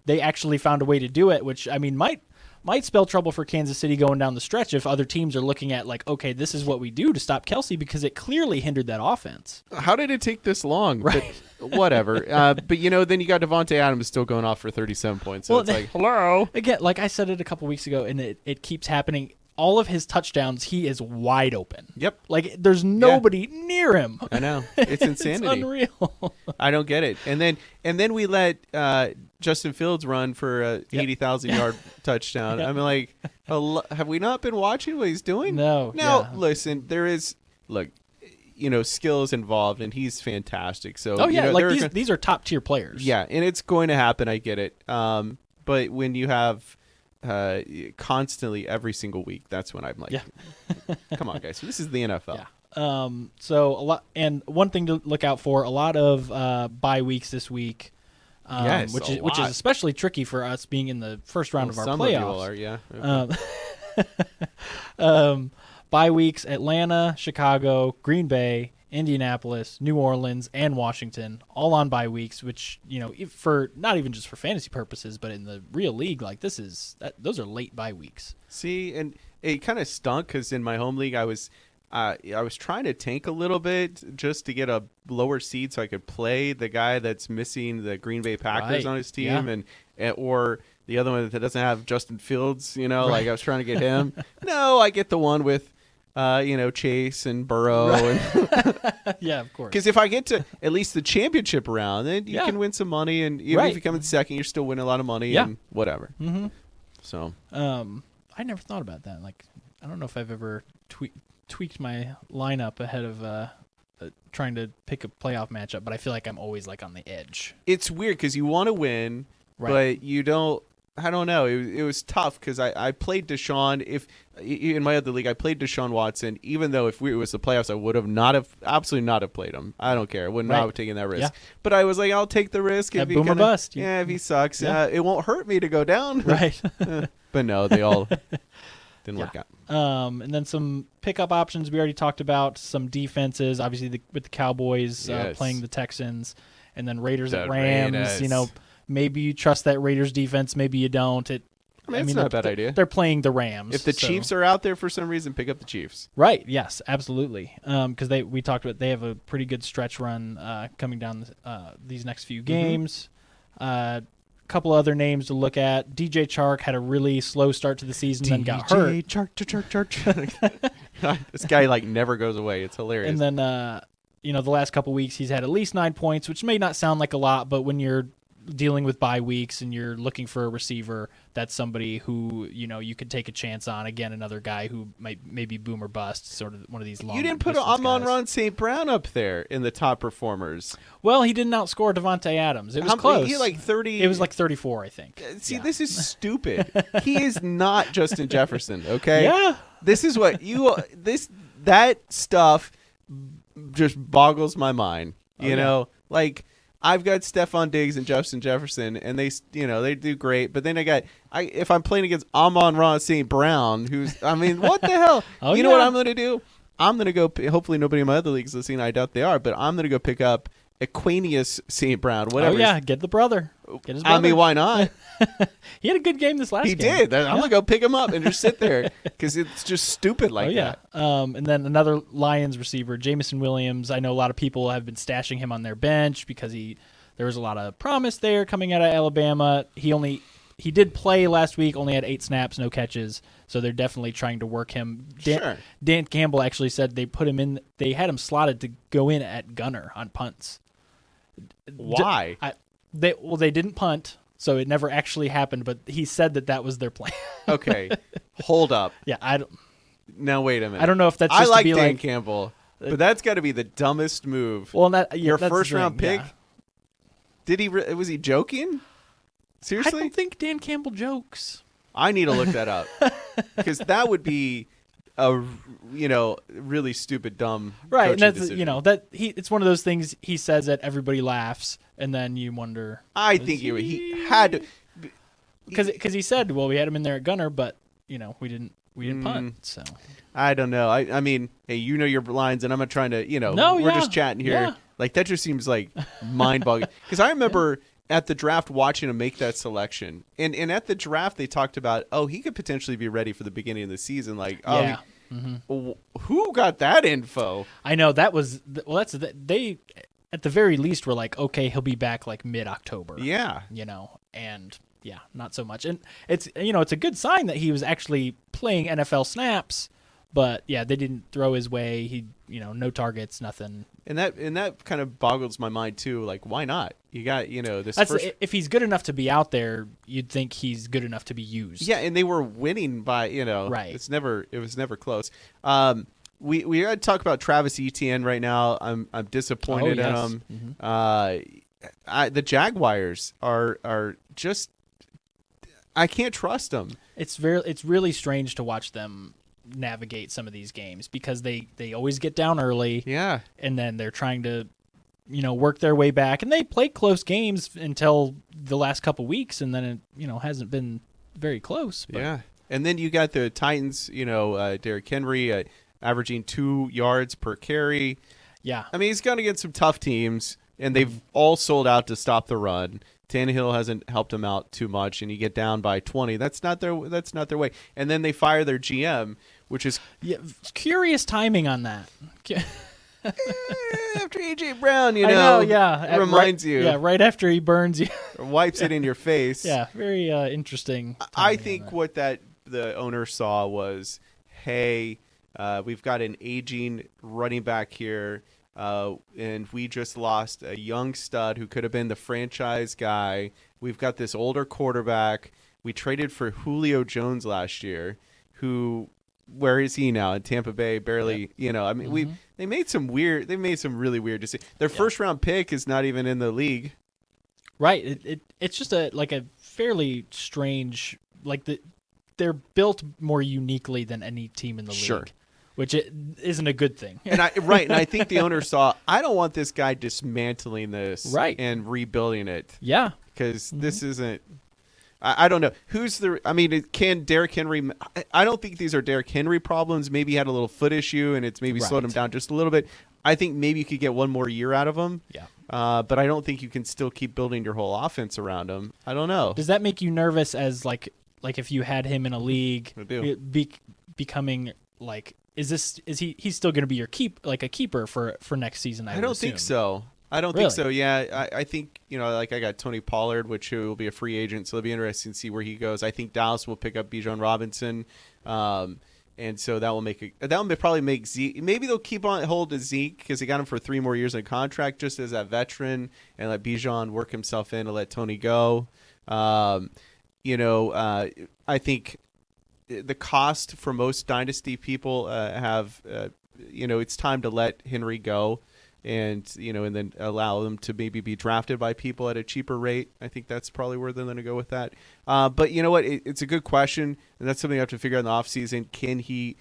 S4: They actually found a way to do it, which I mean might might spell trouble for Kansas City going down the stretch if other teams are looking at like, okay, this is what we do to stop Kelsey because it clearly hindered that offense.
S2: How did it take this long? Right. But whatever. uh, but, you know, then you got Devontae Adams still going off for 37 points. So
S4: Well,
S2: it's
S4: they-
S2: like, hello.
S4: Again, like I said it a couple weeks ago, and it, it keeps happening. All of his touchdowns, he is wide open.
S2: Yep.
S4: Like there's nobody near him.
S2: I know. It's
S4: It's
S2: insanity.
S4: unreal.
S2: I don't get it. And then and then we let uh, Justin Fields run for a eighty thousand yard touchdown. I mean, like, hel- have we not been watching what he's doing?
S4: No,
S2: Now
S4: yeah.
S2: listen, there is look, you know, skills involved, and he's fantastic. So
S4: oh
S2: you
S4: yeah,
S2: know,
S4: like
S2: there are
S4: these
S2: gonna-
S4: these are top tier players.
S2: yeah, and it's going to happen. I get it. Um, but when you have uh constantly every single week that's when i'm like
S4: Yeah.
S2: come on guys this is the nfl
S4: Yeah. Um, so a lot, and one thing to look out for: a lot of uh, bye weeks this week, um,
S2: Yes,
S4: which
S2: a
S4: is which is
S2: lot.
S4: especially tricky for us being in the first round
S2: Well,
S4: of our
S2: some
S4: playoffs.
S2: of you all are yeah
S4: Um, bye weeks: Atlanta, Chicago, Green Bay, Indianapolis, New Orleans, and Washington, all on bye weeks. Which you know, if for not even just for fantasy purposes, but in the real league, like this is that, those are late bye weeks.
S2: See, and it kind of stunk because in my home league, I was, uh, I was trying to tank a little bit just to get a lower seed so I could play the guy that's missing the Green Bay Packers
S4: Right,
S2: on his team,
S4: yeah.
S2: and, and or the other one that doesn't have Justin Fields. You know, like I was trying to get him. no, I get the one with, uh, you know, Chase and Burrow and.
S4: yeah, of course.
S2: Because if I get to at least the championship round, then you
S4: Yeah.
S2: can win some money, and even
S4: Right.
S2: if you come in second, you're still winning a lot of money
S4: Yeah.
S2: and whatever. Mm-hmm. So
S4: Um, I never thought about that. Like, I don't know if I've ever tweak, tweaked my lineup ahead of uh, uh, trying to pick a playoff matchup, but I feel like I'm always like on the edge.
S2: it's weird because you want to win,
S4: Right.
S2: but you don't. I don't know. It, was- it was tough because I, I played Deshaun. If in my other league, I played Deshaun Watson. Even though if we, it was the playoffs, I would have not have absolutely not have played him. I don't care. I Would not
S4: Right.
S2: have taken that risk.
S4: Yeah.
S2: But I was like, I'll take the risk.
S4: That
S2: he
S4: boom or
S2: kinda-
S4: bust. You-
S2: Yeah, if he sucks,
S4: Yeah.
S2: uh, it won't hurt me to go down.
S4: Right.
S2: but no, they all didn't work out.
S4: um, and then some pickup options we already talked about. Some defenses, obviously the, with the Cowboys uh,
S2: Yes.
S4: playing the Texans, and then Raiders
S2: The
S4: at Rams. You
S2: Raiders.
S4: know, maybe you trust that Raiders defense, maybe you don't. It.
S2: I mean, it's not a
S4: they're-
S2: bad idea.
S4: They're playing the Rams.
S2: If the
S4: so-
S2: Chiefs are out there for some reason, pick up the Chiefs.
S4: Right. Yes. Absolutely. Because they we talked about they have a pretty good stretch run uh, coming down the, uh, these next few
S2: Mm-hmm.
S4: games. A couple other names to look at. DJ Chark had a really slow start to the season, then got hurt,
S2: Chart, chart, chart, chart. this guy like never goes away. It's hilarious.
S4: and then uh, you know the last couple weeks he's had at least nine points, which may not sound like a lot, but when you're dealing with bye weeks and you're looking for a receiver, that's somebody who you know you could take a chance on. Again, another guy who might maybe boom or bust, sort of one of these long.
S2: you didn't put
S4: distance
S2: Amon
S4: guys.
S2: Ron St. Brown up there in the top performers.
S4: Well, he didn't outscore Devonte Adams. It was
S2: How-
S4: close.
S2: He like thirty.
S4: it was like 34, I think.
S2: See,
S4: yeah.
S2: this is stupid. he is not Justin Jefferson. Okay.
S4: Yeah.
S2: This is what you. This that stuff just boggles my mind. You
S4: Oh, yeah.
S2: know, like I've got Stephon Diggs and Justin Jefferson, and they, s- you know, they do great. But then I got, I if I'm playing against Amon Ron St. Brown, who's, I mean, what the hell?
S4: Oh,
S2: you know what
S4: yeah.
S2: I'm going to do? I'm going to go. p- Hopefully, nobody in my other leagues listening. I doubt they are, but I'm going to go pick up Aquinius St. Brown, whatever.
S4: Oh
S2: his-
S4: yeah, get the brother. Get his brother.
S2: I mean, why not?
S4: he had a good game this last
S2: He
S4: game.
S2: did. I'm gonna go pick him up and just sit there because it's just stupid
S4: Oh
S2: like
S4: yeah.
S2: that.
S4: Um, and then another Lions receiver, Jamison Williams. I know a lot of people have been stashing him on their bench because he there was a lot of promise there coming out of Alabama. He only he did play last week, only had eight snaps, no catches. So they're definitely trying to work him. Dan,
S2: Sure.
S4: Dan Campbell actually said they put him in. They had him slotted to go in at gunner on punts.
S2: Why?
S4: I, they well, they didn't punt, so it never actually happened. But he said that that was their plan.
S2: okay, hold up.
S4: yeah, I don't.
S2: Now wait a minute.
S4: I don't know if that's
S2: I
S4: just to
S2: like
S4: be
S2: Dan
S4: like-
S2: Campbell, but that's got to be the dumbest move.
S4: Well, not, yeah,
S2: Your
S4: that's the
S2: first round pick.
S4: thing, yeah.
S2: Did he? Re- was he joking?
S4: I
S2: Seriously, I,
S4: don't think Dan Campbell jokes.
S2: need to look that up because that would be a r- you know really stupid dumb
S4: Right,
S2: coaching
S4: and that's
S2: decision.
S4: you know that he. It's one of those things he says that everybody laughs, and then you wonder
S2: I think he, he had to.
S4: because because he said, well, we had him in there at gunner, but you know we didn't we didn't
S2: Mm.
S4: punt. So
S2: I don't know. I, I mean, hey, you know your lines, and I'm not trying to, you know,
S4: No,
S2: we're
S4: yeah,
S2: just chatting here.
S4: yeah.
S2: Like that just seems like mind boggling. Because I remember at the draft watching him make that selection, and and at the draft they talked about, oh, he could potentially be ready for the beginning of the season. Like, oh,
S4: Yeah. Mm-hmm.
S2: w- who got that info?
S4: I know that was th- well. That's th- they at the very least were like, okay, he'll be back like mid October.
S2: Yeah,
S4: you know, and yeah, not so much. And it's you know, it's a good sign that he was actually playing NFL snaps, but yeah, they didn't throw his way. He, you know, no targets, nothing.
S2: and that and that kind of boggles my mind too. Like, why not? You got, you know, this
S4: That's
S2: first.
S4: if he's good enough to be out there, you'd think he's good enough to be used.
S2: Yeah, and they were winning by you know.
S4: Right.
S2: It's never it was never close. Um, we we gotta talk about Travis Etienne right now. I'm I'm disappointed
S4: Oh, yes.
S2: in him. Uh, I, the Jaguars are are just I can't trust them.
S4: It's very it's really strange to watch them navigate some of these games because they they always get down early
S2: Yeah.
S4: and then they're trying to you know work their way back and they play close games until the last couple weeks and then it you know hasn't been very close but
S2: Yeah. And then you got the Titans. You know, uh, Derrick Henry uh, averaging two yards per carry.
S4: yeah
S2: I mean, he's gone against some tough teams, and they've all sold out to stop the run. Tannehill hasn't helped him out too much, and you get down by twenty. That's not their. That's not their way. And then they fire their GM, which is
S4: Yeah, v- curious timing on that. Cu-
S2: eh, after AJ Brown, you
S4: I
S2: know,
S4: know, yeah. at-
S2: reminds
S4: right-
S2: you,
S4: Yeah, right after he burns you.
S2: wipes it in your face.
S4: yeah, very uh, interesting.
S2: I
S4: timing on
S2: think
S4: that.
S2: what that the owner saw was, hey, uh, we've got an aging running back here, uh, and we just lost a young stud who could have been the franchise guy. We've got this older quarterback. We traded for Julio Jones last year, who. Where is he now in Tampa Bay? Barely, you know. I mean, we they made some weird. They made some really weird decisions. Their first round pick is not even in the league.
S4: Right. It, it it's just a like a fairly strange like the they're built more uniquely than any team in the
S2: Sure.
S4: league, which it isn't a good thing.
S2: and I right, and I think the owner saw I don't want this guy dismantling this
S4: Right. Mm-hmm.
S2: and rebuilding it
S4: yeah.
S2: because this isn't. I, I don't know who's the. I mean, it- can Derrick Henry? I, I don't think these are Derrick Henry problems. Maybe he had a little foot issue and it's maybe slowed him
S4: Right.
S2: down just a little bit. I think maybe you could get one more year out of him.
S4: Yeah.
S2: Uh, but I don't think you can still keep building your whole offense around him. I don't know.
S4: Does that make you nervous as like like if you had him in a league
S2: I do.
S4: it Be, becoming like is this is he he's still going to be your keep like a keeper for for next season? I,
S2: I
S4: would
S2: don't think
S4: assume.
S2: so. I don't think
S4: Really?
S2: so. Yeah, I, I think you know, like I got Tony Pollard, which who will be a free agent, so it'll be interesting to see where he goes. I think Dallas will pick up Bijan Robinson, um, and so that will make it. That will probably make Zeke. Maybe they'll keep on hold to Zeke because they got him for three more years in contract, just as a veteran, and let Bijan work himself in and let Tony go. Um, you know, uh, I think the cost for most dynasty people uh, have uh, you know it's time to let Henry go and you know and then allow them to maybe be drafted by people at a cheaper rate i think that's probably where they're going to go with that uh, but you know what it, it's a good question and that's something you have to figure out in the offseason can he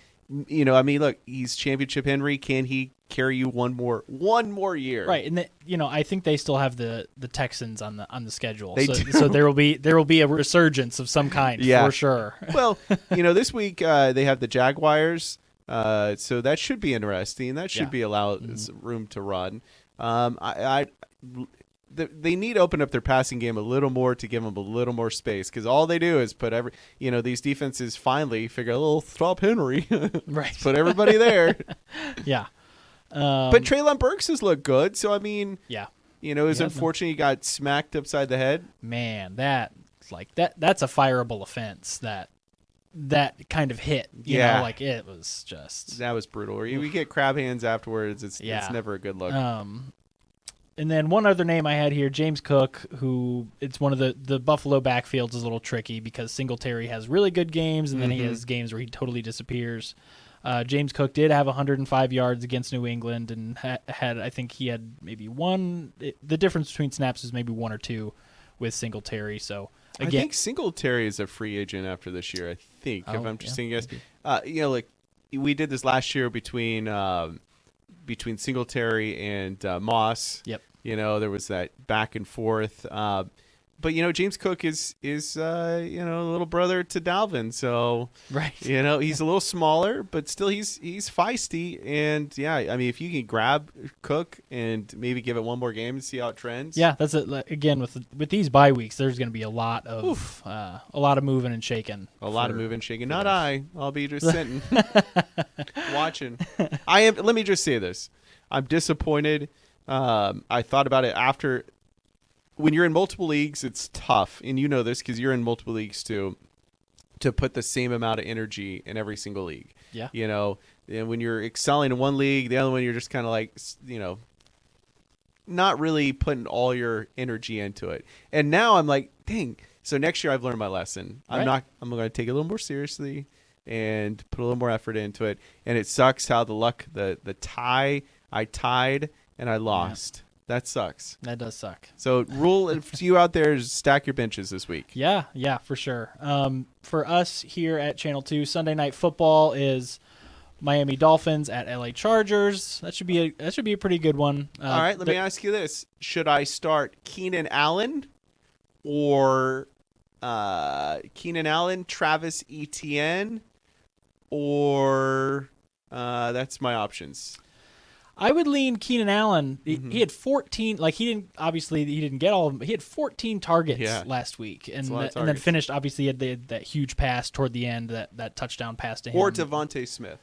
S2: you know i mean look he's championship henry can he carry you one more one more year
S4: Right, and the, you know I think they still have the the Texans on the on the schedule,
S2: They
S4: so,
S2: do.
S4: so there will be there will be a resurgence of some kind
S2: Yeah.
S4: for sure.
S2: well, you know, this week uh, they have the Jaguars, uh, so that should be interesting. That should
S4: Yeah. Mm-hmm.
S2: be allowed s- room to run. Um, I, I th- they need to open up their passing game a little more to give them a little more space because all they do is put every, you know, these defenses finally figure, oh, stop Henry,
S4: Right.
S2: put everybody there.
S4: Yeah. Um,
S2: but Traylon Burks has looked good, so I mean,
S4: Yeah.
S2: you know, it's
S4: Yeah, no.
S2: unfortunate he got smacked upside the head.
S4: man, that like that that's a fireable offense that that kind of hit. You
S2: Yeah.
S4: know, like it was just
S2: That was brutal. Or you- We get crab hands afterwards. It's
S4: Yeah.
S2: it's never a good look.
S4: um and then one other name I had here, James Cook, who it's one of the the Buffalo backfields is a little tricky because Singletary has really good games and then
S2: Mm-hmm.
S4: he has games where he totally disappears. Uh, James Cook did have 105 yards against New England and ha- had I think he had maybe one. It, the difference between snaps is maybe one or two with Singletary. So again,
S2: I think Singletary is a free agent after this year. I think if
S4: Oh,
S2: I'm just
S4: yeah,
S2: saying yes, uh, you know, like we did this last year between um, between Singletary and uh, Moss.
S4: Yep.
S2: You know, there was that back and forth. Uh, but you know, James Cook is is uh, you know a little brother to Dalvin, so
S4: Right.
S2: You know, he's a little smaller, but still he's he's feisty. And yeah, I mean, if you can grab Cook and maybe give it one more game and see how it trends.
S4: Yeah, that's it. Like, Again, with with these bye weeks, there's going to be a lot of uh, a lot of moving and shaking.
S2: A lot of
S4: for-
S2: moving, shaking. Not I. I'll be just sitting, watching. I am. Let me just say this: I'm disappointed. Um, I thought about it after. When you're in multiple leagues, it's tough, and you know this because you're in multiple leagues too. To put the same amount of energy in every single league.
S4: Yeah.
S2: You know, and when you're excelling in one league, the other one you're just kind of like, s- you know, not really putting all your energy into it. And now I'm like, dang. So next year I've learned my lesson. I'm
S4: Right.
S2: not. I'm going to take it a little more seriously and put a little more effort into it. And it sucks how the luck, the the tie, I tied and I lost. That sucks.
S4: That does suck.
S2: So rule if you out there is stack your benches this week.
S4: Yeah, yeah, for sure. Um, for us here at Channel Two, Sunday Night Football is Miami Dolphins at LA Chargers. That should be a that should be a pretty good one. Uh,
S2: All right. Let
S4: the-
S2: me ask you this: Should I start Keenan Allen or uh, Keenan Allen, Travis Etienne, or uh, that's my options.
S4: I would lean Keenan Allen. He,
S2: Mm-hmm.
S4: he had 14. Like he didn't obviously he didn't get all of them. But he had 14 targets
S2: Yeah.
S4: last week, and
S2: a lot of
S4: th- and then
S2: targets.
S4: finished obviously he had the, that huge pass toward the end that that touchdown pass to him.
S2: Or Devonte Smith.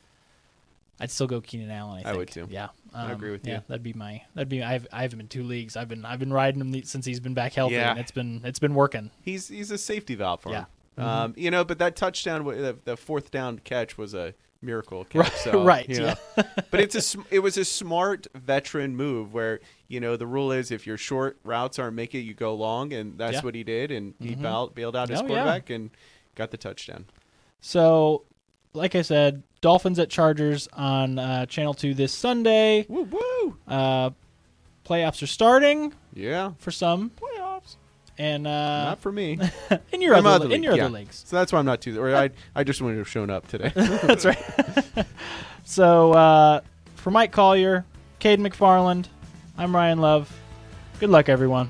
S4: I'd still go Keenan Allen. I,
S2: I
S4: think.
S2: would too.
S4: Yeah, um,
S2: I'd agree with
S4: yeah,
S2: you.
S4: That'd be my. That'd be. I've I haven't been two leagues. I've been I've been riding him the- since he's been back healthy.
S2: Yeah.
S4: and it's been it's been working.
S2: He's he's a safety valve for him.
S4: Yeah.
S2: Um, you know, but that touchdown, wa- the, the fourth down catch was a miracle catch.
S4: Right,
S2: so,
S4: right,
S2: you know. but it's a sm- it was a smart veteran move where you know the rule is if your short routes aren't making it, you go long, and that's
S4: Yeah.
S2: what he did, and he bailed, bailed out his
S4: Oh, yeah.
S2: quarterback and got the touchdown.
S4: So, like I said, Dolphins at Chargers on uh, Channel Two this Sunday.
S2: Woo woo!
S4: Uh, playoffs are starting
S2: Yeah,
S4: for some,
S2: playoffs.
S4: and uh,
S2: Not for me.
S4: in your
S2: I'm
S4: other,
S2: out of
S4: li-
S2: the
S4: in your
S2: league,
S4: other
S2: yeah.
S4: leagues.
S2: So that's why I'm not too. Or I I just wouldn't have shown up today.
S4: That's right. so uh, for Mike Collier, Cade McFarland, I'm Ryan Love. Good luck, everyone.